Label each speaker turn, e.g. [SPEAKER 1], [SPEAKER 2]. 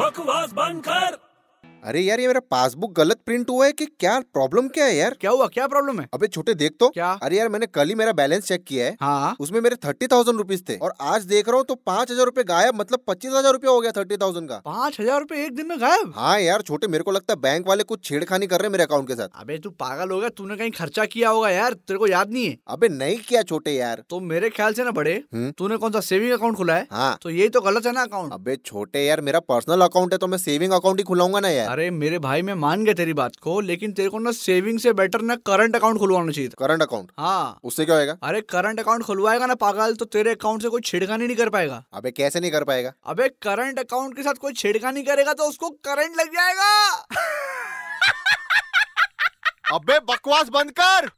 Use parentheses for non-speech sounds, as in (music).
[SPEAKER 1] बकवास बंद कर
[SPEAKER 2] अरे यार ये मेरा पासबुक गलत प्रिंट हुआ है कि क्या प्रॉब्लम क्या है यार
[SPEAKER 3] क्या हुआ क्या प्रॉब्लम है
[SPEAKER 2] अबे छोटे देख तो
[SPEAKER 3] क्या
[SPEAKER 2] अरे यार मैंने कल ही मेरा बैलेंस चेक किया है
[SPEAKER 3] हाँ
[SPEAKER 2] उसमें मेरे थर्टी थाउजेंड रुपीज थे और आज देख रहा हूँ तो पांच हजार रूपए गायब मतलब पच्चीस हजार रूपया हो गया थर्टी थाउजेंड का
[SPEAKER 3] पाँच हजार रूपए एक दिन में गायब
[SPEAKER 2] हाँ यार छोटे मेरे को लगता है बैंक वाले कुछ छेड़खानी कर रहे हैं मेरे अकाउंट के साथ
[SPEAKER 3] अबे तू पागल होगा तूने कहीं खर्चा किया होगा यार तेरे को याद नहीं है
[SPEAKER 2] अबे नहीं किया छोटे यार
[SPEAKER 3] तो मेरे ख्याल से ना बड़े
[SPEAKER 2] हम्म।
[SPEAKER 3] तूने कौन सा सेविंग अकाउंट खुला है
[SPEAKER 2] हाँ
[SPEAKER 3] तो यही तो गलत है ना अकाउंट
[SPEAKER 2] अबे छोटे यार मेरा पर्सनल अकाउंट है तो मैं सेविंग अकाउंट ही खुलाऊंगा ना यार
[SPEAKER 3] अरे मेरे भाई मैं मान गया तेरी बात को लेकिन तेरे को ना सेविंग से बेटर ना करंट अकाउंट खुलवाना चाहिए था
[SPEAKER 2] करंट अकाउंट
[SPEAKER 3] हाँ
[SPEAKER 2] उससे क्या होएगा
[SPEAKER 3] अरे करंट अकाउंट खुलवाएगा ना पागल तो तेरे अकाउंट से कोई छेड़खानी नहीं कर पाएगा
[SPEAKER 2] अबे कैसे नहीं कर पाएगा
[SPEAKER 3] अबे करंट अकाउंट के साथ कोई छेड़खानी करेगा तो उसको करंट लग जाएगा (laughs)
[SPEAKER 4] अबे बकवास बंद कर